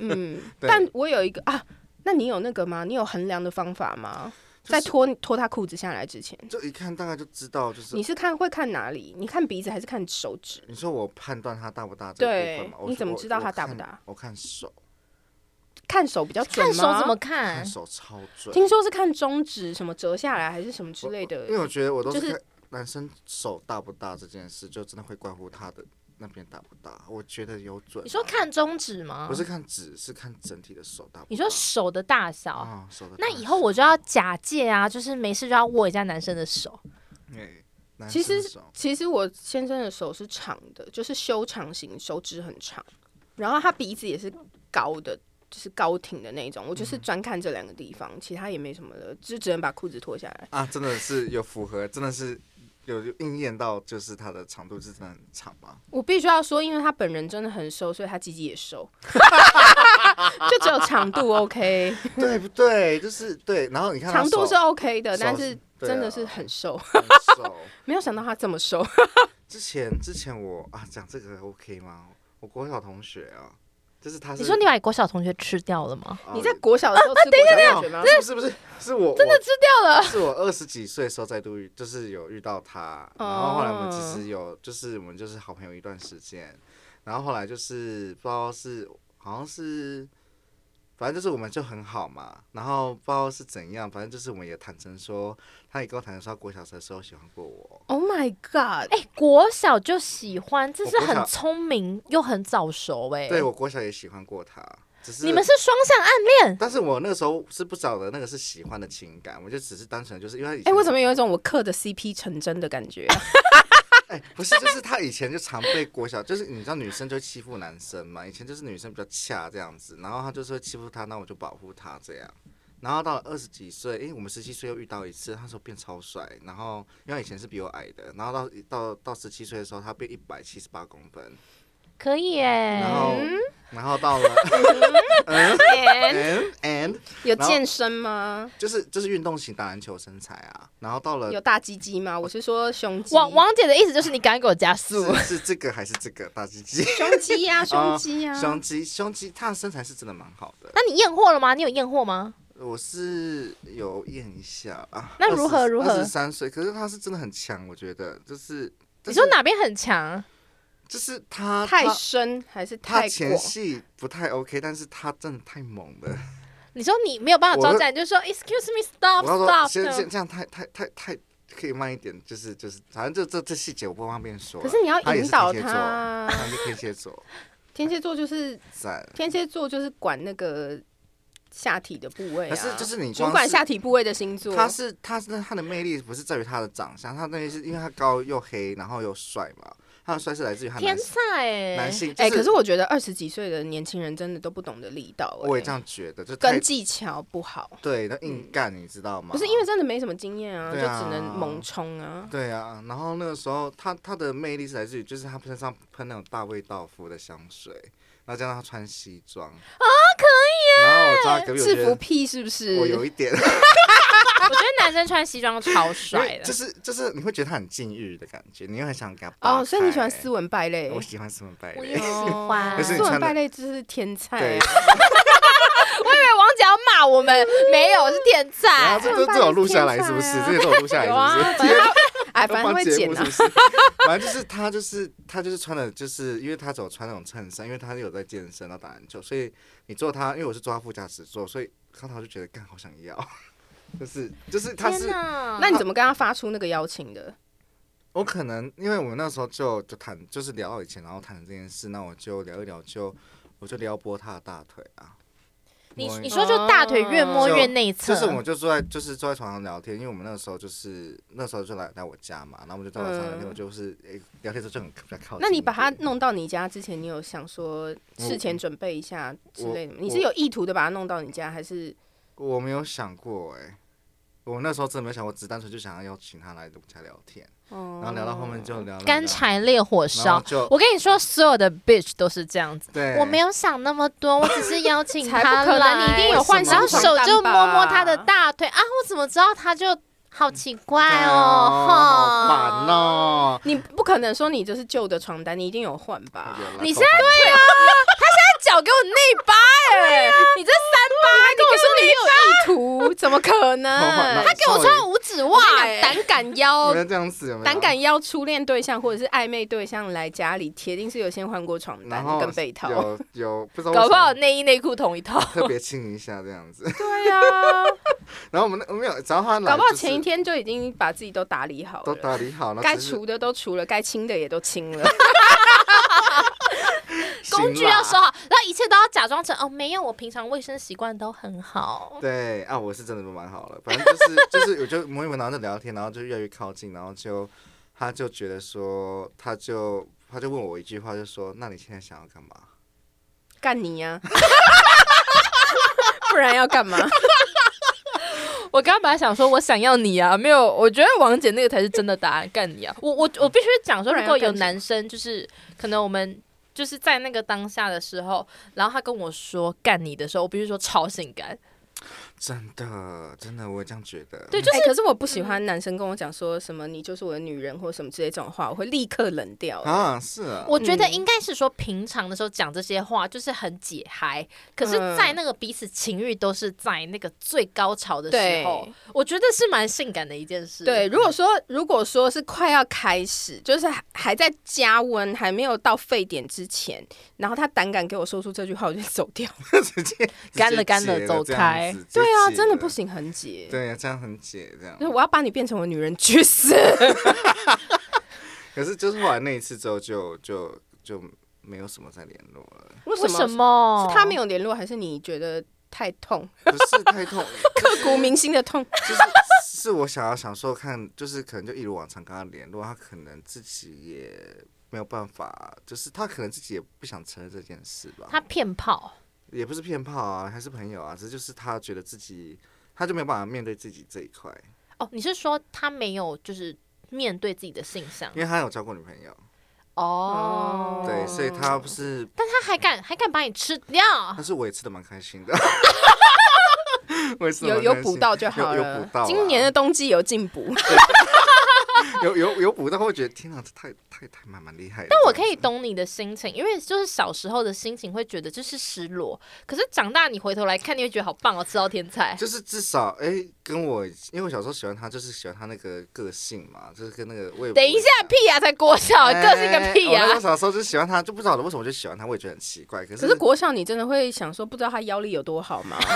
嗯，对但我有一个啊，那你有那个吗？你有衡量的方法吗？在脱脱他裤子下来之前，就一看大概就知道，就是你是看会看哪里？你看鼻子还是看手指？你说我判断他大不大这个部分嘛？对我你怎么我知道他我大不看大？我看手，看手比较准看吗？手怎么嗯看看？手超准。听说是看中指什么折下来还是什么之类的因为我觉得我都就是是看男生手大不大这件事，就真的会关乎他的那边大不大。我觉得有准啊。你说看中指哦吗？不是，看指，是看整体的手大不大。你说手的大小。啊，手的大那小。以后我就要假借啊，就是没事就要握一下男生的手，哎，男其生实手其实我先生的手是长的，就是修长型，手指很长，然后他鼻子也是高的，就是高挺的那种。我就是专看这两个地方，其他也没什么的，就只能把裤子脱下来。啊，真的是有符合，真的是有有应验到，就是它的长度是真的很长嘛。我必须要说，因为他本人真的很瘦，所以他鸡鸡也瘦， 就只有长度 OK， 对不对？就是对，然后你看他长度手是 OK 的，手但是对啊真的是很瘦，很瘦。没有想到他这么瘦。之前之前我啊讲这个 OK 吗？我国小同学啊，就是他是你说你把国小同学吃掉了吗？啊你在国小的时候吃国小同学吗？ 不是不是是我真的吃掉了，是我二十几岁的时候在都遇，就是有遇到他，然后后来我们其实哦有就是我们就是好朋友一段时间，然后后来就是不知道是好像是。反正就是我们就很好嘛，然后不知道是怎样，反正就是我们也坦诚说，他也跟我坦诚说，他国小的时候喜欢过我， Oh my god！哎、国小就喜欢，这是我国很小聪明又很早熟哎、对我国小也喜欢过他，只是你们是双向暗恋，但是我那个时候是不晓得那个是喜欢的情感，我就只是单纯就是因为他以哎、前，我怎么有一种我刻的 CP 成真的感 觉啊、哎、 不是，就是他以前就常被国小， 就是你知道女生就欺负男生嘛，以前就是女生比较恰这样子，然后他就是会欺负他，那我就保护他这样。然后到了二十几岁，因为我们十七岁又遇到一次，他说变超帅，然后因为以前是比我矮的，然后到到到十七岁的时候，他变一百七十八公分，可以哎、然后然后到了嗯 and and 有然后健身吗？就是就是运动型打篮球身材啊，然后到了有大鸡鸡吗？我是说胸肌，王王姐的意思就是你赶快给我加速，是是这个还是这个大鸡鸡？胸肌 呀、哦胸肌啊呀、胸肌，胸肌，他的身材是真的蛮好的。那你验货了吗？你有验货吗？我是有验一下啊。那如何如何十三岁，可是他是真的很强，我觉得就是。你但是说？哪边很强？就是他太他深还是他太前广？戏不太 OK，但是他真的太猛了。你说你没有办法招我架，你就说 Excuse me, stop, 我要说， stop 先这先样。这样太太太太可以慢一点，就是就是，反正这这这细节我不方便说啊。可是你要他也引是导天蝎座他他是天蝎座，天蝎座就是赞。天蝎座就是管那个下体的部位、啊，可是就是你主光管是下体部位的星座。他是他是他的魅力不是在于他的长相，他那个是因为他高又黑，然后又帅嘛。他的帅是来自于他天男才哎、男性，哎、就可是我觉得二十几岁的年轻人真的都不懂得力道、哎我也这样觉得，就太跟技巧不好，对，那硬干你知道吗？不是因为真的没什么经验啊，就对啊只能猛冲啊。对啊，然后那个时候他他的魅力是来自于就是他身上喷那种大卫道夫的香水，然后加上他穿西装啊，可以然后我知道隔壁我制觉服得癖是不是？哦我有一点，我觉得男生穿西装超帅 的就。是就是你会觉得他很禁欲的感觉，你又很想给他扒哦，所以你喜欢开斯文败类？哦我喜欢斯文败我类也，喜 欢，可是斯你文穿的败类就是天才、对啊。。我以为王姐要骂我们，没有，是天然后才。这这这有录下来是不是？ 天才啊这些都有录下来有啊是不是？反正 哎，反正会节剪目是啊不。 是？反正就是他就是他就是穿的，就是因为他走穿那种衬衫，因为他有在健身，然后打篮球，所以你坐他，因为我是坐他副驾驶座，所以康桃就觉得干好想要， 就是就是他天是哪！那你怎么跟他发出那个邀请的？我可能因为我们那时候就就谈就是聊到以前，然后谈这件事，那我就聊一聊就我就撩拨他的大腿啊，你摸一你说就大腿越摸越内侧，哦就是我们就坐在就是坐在床上聊天，因为我们那个时候就是那时候就来来我家嘛，然后我们就在我床上聊天，嗯我就是诶、聊天的时候就很比较靠近一点。那你把他弄到你家之前，你有想说事前准备一下之类的吗？你是有意图的把他弄到你家，还是我没有想过哎、我那时候真的没有想过，只单纯就想要邀请他来我们家聊天，哦然后聊到后面就聊聊干，柴烈火聊然后烧。就我跟你说，所有的 bitch 都是这样子。对，我没有想那么多，我只是邀 请才他不可能，来。你一定有幻然想后床手单就摸吧摸他的。大腿啊，我怎么知道他就好奇怪哎呦好哦？哈、烦哦。你不可能说你就是旧的床单，你一定有换吧？你现在对脚给我内八哎、你这啊 哎跟我说你没有意图，怎么么可 能？好好那啊他稍给我微穿五指袜我跟你欸，讲胆敢邀不要这样子有没有？胆敢邀初恋对象或者是暧昧对象来家里，铁定是有先换过床单然后跟被套。有有不知道为搞不什么好内衣内裤同一套。特别亲一下这样子。 对啊，然后我们那没有，只要他来搞不好就是前一天就已经把自己都打理好都了，打理好了，该只是除的都除了，该清的也都清 了。行啦工具要收好，然后一切都要假装成哦，没有，我平常卫生习惯都很好。对啊，我是真的蛮好了，反正就是就是，我就摸一摸，然后就聊天，然后就越来越靠近，然后就他就觉得说，他就他就问我一句话，就说那你现在想要干嘛？ 干你呀、不然要干嘛？我刚刚本来想说，我想要你啊，没有，我觉得王姐那个才是真的答案，干你啊！我我我必须讲说，不如然要果有干什么男生就是可能我们就是在那个当下的时候，然后他跟我说干你的时候，我必须说超性感，真的真的，我也这样觉得。对，嗯就哎是可是我不喜欢男生跟我讲说什么“你就是我的女人”或什么之类这种话，我会立刻冷掉。啊，是啊，我觉得应该是说平常的时候讲这些话就是很解嗨，可是，在那个彼此情欲都是在那个最高潮的时候对，我觉得是蛮性感的一件事。对，如果说如果说是快要开始，就是还还在加温，还没有到沸点之前，然后他胆敢给我说出这句话，我就走 掉。干了直接干了解走这样开子直接对啊，解真的了不。行，很解。对啊，这样很解这样就。是我要把你变成我女人，去死！可是就是后来那一次之后就，就就没有什么再联络了，为为什？么是他没有联络，还是你觉得太痛，不是太痛，刻骨铭心的 痛？就是是我想要想说看，就是可能就一如往常跟他联络，他可能自己也没有办法，就是他可能自己也不想承认这件事吧。他骗炮？也不是骗炮啊，还是朋友啊，只是就是他觉得自己他就没有办法面对自己这一块，哦，你是说他没有就是面对自己的性向因为他有交过女朋友，哦？对，所以他不是，但他还敢还敢把你吃掉？但是我也吃的蛮 开心的。我也吃得有蛮有开补心到就好有有了补。到啊今年的冬季有进补，有有有补到，会觉得天哪，这太太太蛮蛮厉害的。但我可以懂你的心情，因为就是小时候的心情会觉得就是失落，可是长大你回头来看，你会觉得好棒哦，吃到天才。就是至少哎、跟我，因为我小时候喜欢他，就是喜欢他那个个性嘛，就是跟那个我也等一下，屁啊呀、才国小，哎个性个屁啊呀、我那时候小时候就喜欢他，就不晓得为什么我就喜欢他，我也觉得很奇怪。可是可是国校你真的会想说，不知道他腰力有多好 吗？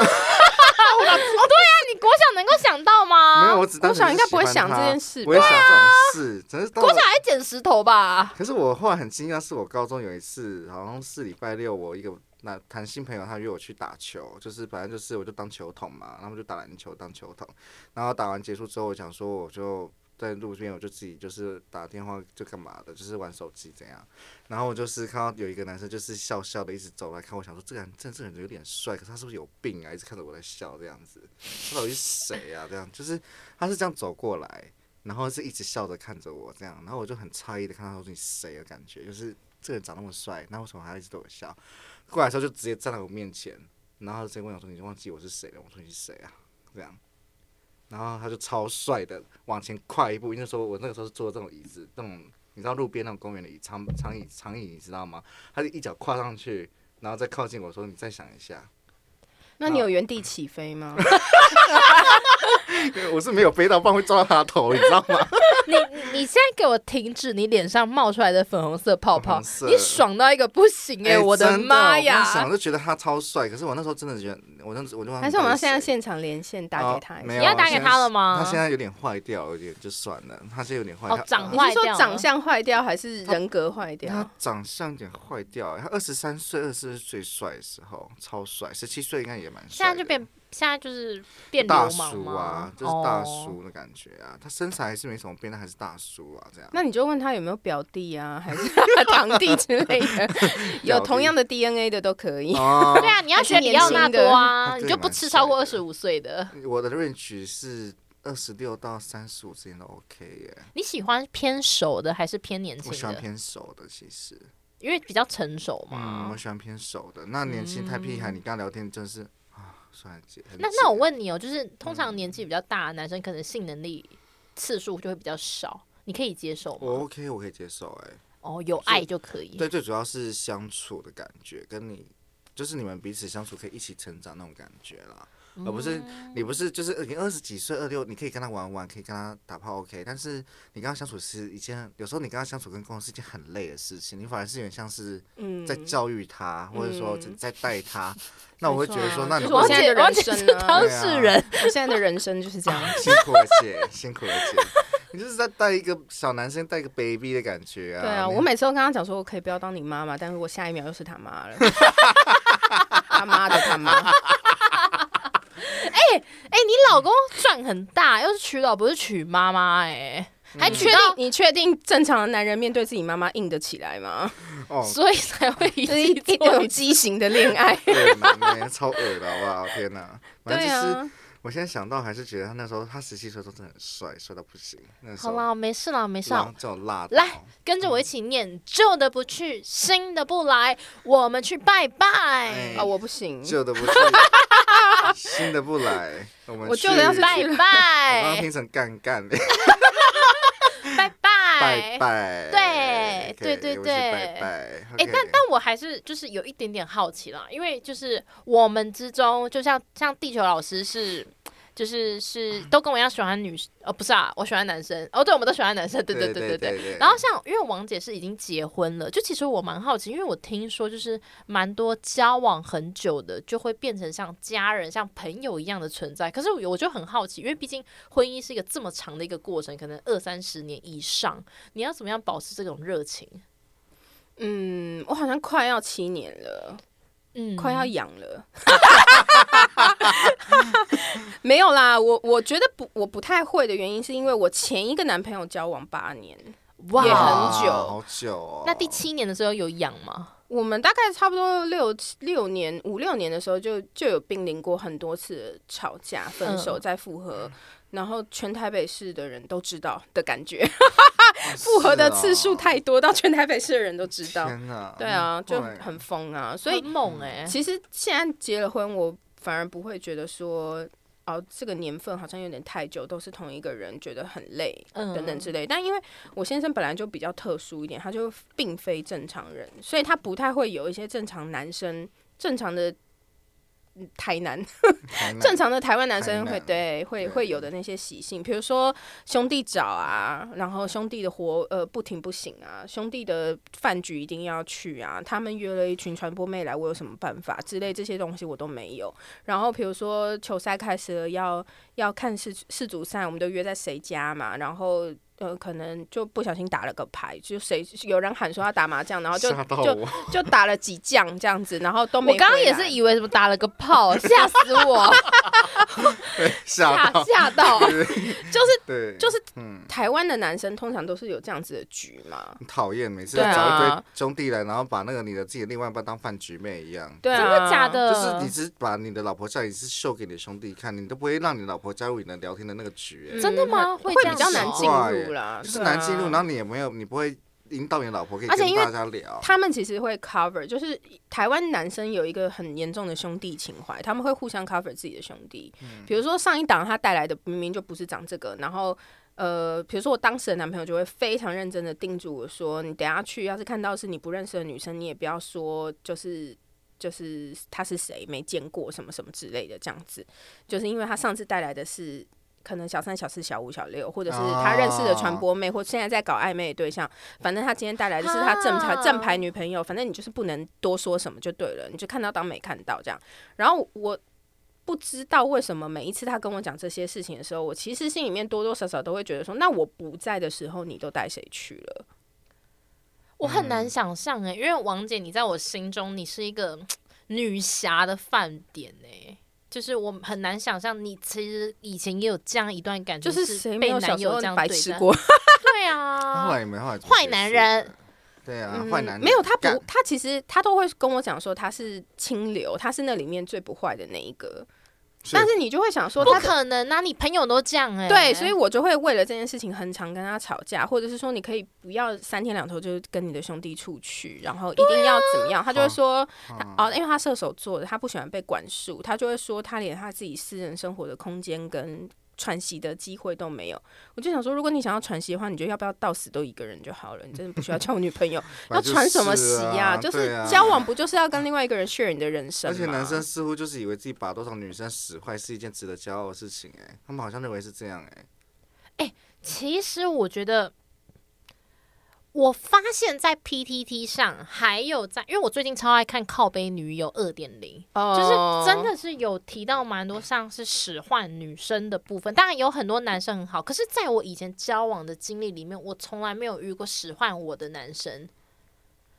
那哦啊你国小能够想到吗？没有，我只单国纯小是应该不会喜想欢这他件事不会吧想这种事，只是到国了小还捡石头吧？可是我后来很惊讶，是我高中有一次，好像是礼拜六，我一个那谈心朋友，他约我去打球，就是反正就是我就当球童嘛，然后就打篮球当球童，然后打完结束之后，我想说我就在路边，我就自己就是打电话就干嘛的，就是玩手机怎样，然后我就是看到有一个男生就是笑笑的一直走来看我，想说这个人这这个人有点帅，可是他是不是有病啊？一直看着我在笑这样子，他到底是谁啊？这样就是他是这样走过来，然后是一直笑着看着我这样，然后我就很诧异的看他说你谁的感觉，就是这个人长那么帅，那为什么还要一直对我笑？过来的时候就直接站在我面前，然后直接问我说你忘记我是谁了？我说你是谁啊？这样，然后他就超帅的往前跨一步，因为说我那个时候是坐这种椅子，那种你知道路边那种公园的椅长长椅长椅，你知道吗？他就一脚跨上去，然后再靠近我说你再想一下， 那你有原地起飞吗？因为我是没有飞到，不然会撞到他的头，你知道吗？你你现在给我停止你脸上冒出来的粉红色泡泡，粉红色你爽到一个不行哎、哎我的妈真的我呀！跟你讲，我就觉得他超帅，可是我那时候真的觉得，我那时候我就忘记还是我们要他现在谁现场连线打给他哦一没下？有你要打给他了吗他现在有点坏掉，有点就算了，他现在有点坏哦掉，长你坏是说掉了长相坏掉，还是人格坏掉他？长相有点坏掉，欸他二十三岁、二十四岁最帅的时候，超帅，十七岁应该也蛮现帅的。在就变，现在就是变大流氓叔吗啊，就是大。哦叔的感觉啊，他身材还是没什么变，但还是大叔啊，这样。那你就问他有没有表弟啊， 还是堂弟之类的，有同样的 DNA 的都可以。哦对，啊，你要还是学里奥纳多年轻的啊，啊你就不吃超过二对蛮十帅五岁的。我的 range 是二十六到三十五之间都 OK 耶，你喜欢偏熟的还是偏年轻我喜欢的？偏熟的，其实。因为比较成熟嗯，嘛嗯我。喜欢偏熟的。那年轻太屁孩，你跟他聊天真是啊，算了姐。很那解那我问你哦，就是嗯通常年纪比较大的男生，可能性能力次数就会比较少，你可以接受我吗？ OK，我可以接受哎、哦，有爱就可以。对，最主要是相处的感觉，跟你就是你们彼此相处可以一起成长那种感觉啦，而不是嗯你不是就是你二十几岁二六，你可以跟他玩玩，可以跟他打炮 OK，但是你跟他相处是一件，有时候你跟他相处跟沟通是一件很累的事情，你反而是有点像是嗯，在教育他，或者说嗯在带 他，那我会觉得说，那你就啊我就是是我现在的姐我人姐生是呢，当对啊事人，我现在的人生就是这 样。辛苦了姐，辛苦了姐， 你就是在带一个小男生带一个 baby 的感觉啊。对啊，你我每次都跟他讲说，我可以不要当你妈妈，但是我下一秒又是他妈了， 他妈的他 妈，哎、你老公赚很大，要是娶老婆是娶妈妈哎，还嗯你娶确定到，你确定正常的男人面对自己妈妈硬得起来吗？哦，。所以才会 一就是一起一种做。畸形的恋爱对，妹妹超恶的好不好？天哪，反对正就是啊，我现在想到还是觉得他那时候他十七岁的时候真的很帅，帅到不行。那时好候啦，没事啦，没事啦浪，叫辣到来跟着我一起念，旧的不去，新的不来，我们去拜拜，哎啊，我不行，旧的不去，新的不来。我们我旧的要是去拜我刚刚 拜，听成干干的，拜拜哎拜。拜。对 OK，对对我们去对拜拜。哎、 OK 但但我还是就是有一点点好奇啦，因为就是我们之中，就像像地球老师是，就是是都跟我一样喜欢女，呃，不是啊，我喜欢男生。哦，对，我们都喜欢男生，对对对对对。对。然后像因为王姐是已经结婚了，就其实我蛮好奇，因为我听说就是蛮多交往很久的就会变成像家人、像朋友一样的存在。可是我我就很好奇，因为毕竟婚姻是一个这么长的一个过程，可能二三十年以上，你要怎么样保持这种热情？嗯，我好像快要七年了，嗯快要痒了。 没有啦，我我觉得不，我不太会的原因是因为我前一个男朋友交往八年，哇也哇很久好久哦。那第七年的时候有痒吗？我们大概差不多六七六年五六年的时候就就有濒临过很多次的吵架、分手、嗯再复合，然后全台北市的人都知道的感觉，哦复合的次是数哦太多，到全台北市的人都知道。天哪！嗯哎哦对啊，就对很疯啊，所以很猛哎、其实现在结了婚，我反而不会觉得说，哦，这个年份好像有点太久，都是同一个人，觉得很累嗯等等之类。但因为我先生本来就比较特殊一点，他就并非正常人，所以他不太会有一些正常男生、正常的嗯台南天哪正常的台湾男生会台南对会对会有的那些习性，比如说兄弟找啊，然后兄弟的活呃不停不行啊，兄弟的饭局一定要去啊，他们约了一群传播妹来，我有什么办法之类这些东西我都没有。然后比如说球赛开始了要要看世世足赛，我们都约在谁家嘛，然后。呃，可能就不小心打了个牌，就谁有人喊说要打麻将，然后啊就吓到 就我，就打了几将这样子，然后都没我刚刚回也来是以为什么打了个炮，吓死我，吓 吓到，吓 到，就是对，就是嗯，台湾的男生通常都是有这样子的局嘛。很讨厌，每次对找啊一堆兄弟来，然后把那个你的自己的另外一半当饭局妹一样。对啊，真的假？ 的？就是你只把你的老婆叫，你是秀给你的兄弟看，你都不会让你老婆加入你的聊天的那个局、欸嗯真的吗？会会这样比较子难哦进入啦，就是难进入，对啊然后你也没有，你不会引导你的老婆可以而且跟因为大家聊。他们其实会 cover，就是台湾男生有一个很严重的兄弟情怀，他们会互相 cover 自己的兄弟。比如说上一档他带来的明明就不是长这个，然后呃，比如说我当时的男朋友就会非常认真的叮嘱我说，你等一下去，要是看到是你不认识的女生，你也不要说就是。就是他是谁没见过什么什么之类的这样子，就是因为他上次带来的是可能小三、小四、小五、小六，或者是他认识的传播妹，或现在在搞暧昧的对象，反正他今天带来的是他正牌啊正牌女朋友，反正你就是不能多说什么就对了，你就看到当没看到这样。然后我不知道为什么每一次他跟我讲这些事情的时候，我其实心里面多多少少都会觉得说，那我不在的时候，你都带谁去了？嗯我很嗯难想象哎、因为王姐，你在我心中你是一个嗯女侠的饭点哎、就是我很难想象你其实以前也有这样一段感情，就是谁没被有男小时友候这样白对痴待过？对后啊，来也没后来怎么坏男人结束的，对啊，嗯坏男人没有，他干不，他其实他都会跟我讲说他是清流，他是那里面最不坏的那一个。但是你就会想说不他的可能啊！你朋友都这样哎、对，所以我就会为了这件事情很常跟他吵架，或者是说你可以不要三天两头就跟你的兄弟出去，然后一定要怎啊么样？他就会说，他哦，因为他射手座的，他不喜欢被管束，他就会说他连他自己私人生活的空间跟。喘息的机会都没有。我就想说，如果你想要喘息的话，你就要不要到死都一个人就好了，你真的不需要 交女 朋友，要传什么息呀、就是对啊交往不就是要跟另外一个人 share 你的人生而吗？且男生似乎就是以为自己把多少女生使坏是一件值得骄傲的事情、哎，他们好像认为是这样、哎，其实我觉得，我发现在 PTT 上还有在，因为我最近超爱看靠背女友二点零，哦哦就是真的是有提到蛮多像是使唤女生的部分，当然有很多男生很好，可是在我以前交往的经历里面，我从来没有遇过使唤我的男生，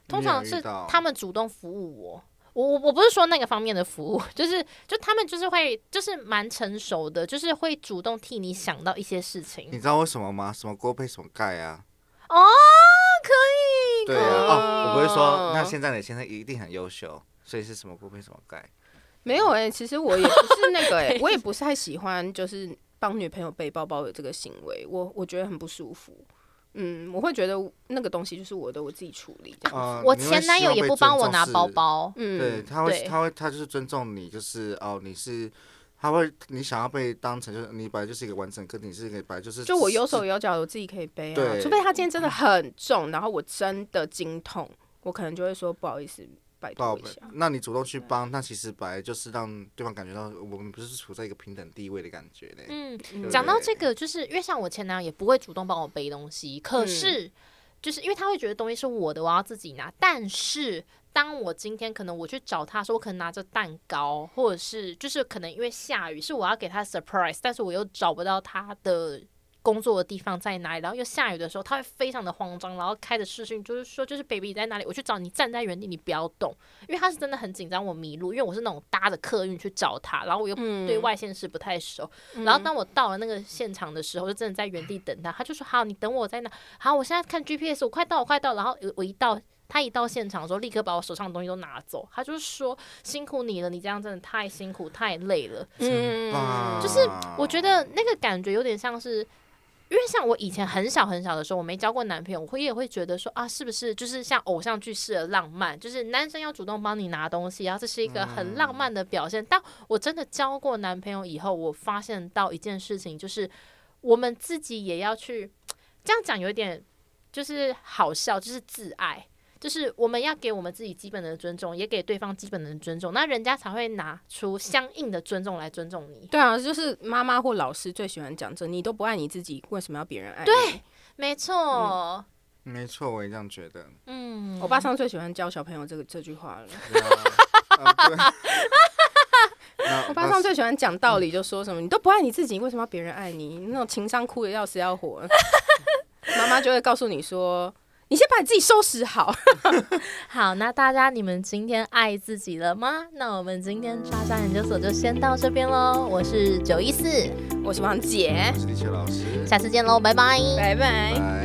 通常你有是遇到他们主动服务我。我我我不是说那个方面的服务，就是就他们就是会就是蛮成熟的，就是会主动替你想到一些事情你。知道为什么吗？什么锅配什么盖啊？哦，可以，对啊，哦，我不会说，那现在的先生一定很优秀，所以是什么锅配什么盖？没有哎、其实我也不是那个哎、我也不太喜欢就是帮女朋友背包包的这个行为，我我觉得很不舒服。嗯，我会觉得那个东西就是我的，我自己处理这样。呃，哦我你会前男希友望也被不帮尊我重拿是包，包，对，嗯，他会对他会他就是尊重你，就是哦，你是。他会，你想要被当成就是你本来就是一个完整个体，你是一个本来就是就我有手有有脚，我自己可以背啊。对除非他今天真的很重，然后我真的经痛，我可能就会说不好意思，拜报托一备下。，那你主动去帮，那其实本来就是让对方感觉到我们不是处在一个平等地位的感觉嘞。嗯，嗯对讲到这个，就是因为像我前男友也不会主动帮我背东西，嗯可是、就是因为他会觉得东西是我的，我要自己拿。但是当我今天可能我去找他说，我可能拿着蛋糕，或者是就是可能因为下雨，是我要给他 surprise，但是我又找不到他的。工作的地方在哪里？然后又下雨的时候，他会非常的慌张，然后开着视讯，就是说，就是 baby 你在哪里？我去找你，站在原地，你不要动，因为他是真的很紧张，我迷路，因为我是那种搭着客运去找他，然后我又嗯对外线是不太熟，然后当我到了那个现场的时候，就真的在原地等他。他就说：“好，你等我在那。好，我现在看 GPS，我快到，我快到。”然后我一到，他一到现场的时候，立刻把我手上的东西都拿走。他就说：“辛苦你了，你这样真的太辛苦，太累了。嗯哇就是我觉得那个感觉有点像是。因为像我以前很小很小的时候，我没交过男朋友，我会也会觉得说啊，是不是就是像偶像剧式的浪漫，就是男生要主动帮你拿东西，然后这是一个很浪漫的表现。但我真的交过男朋友以后，我发现到一件事情，就是我们自己也要去，这样讲有点就是好笑，就是自爱。就是我们要给我们自己基本的尊重，也给对方基本的尊重，那人家才会拿出相应的尊重来尊重你。对啊，就是妈妈或老师最喜欢讲这，你都不爱你自己，为什么要别人爱你？对，没错，没错，我也这样觉得。嗯，我爸上最喜欢教小朋友这个这句话了。对啊啊对那我爸上最喜欢讲道理，就说什么你都不爱你自己，为什么要别人爱你？那种情商哭的要死要活，妈妈就会告诉你说，你先把你自己收拾好。好，那大家你们今天爱自己了吗？那我们今天渣渣研究所就先到这边喽，我是九一四，我是王姐哎那，我是李雪老师， 下次见喽，拜拜拜拜。拜。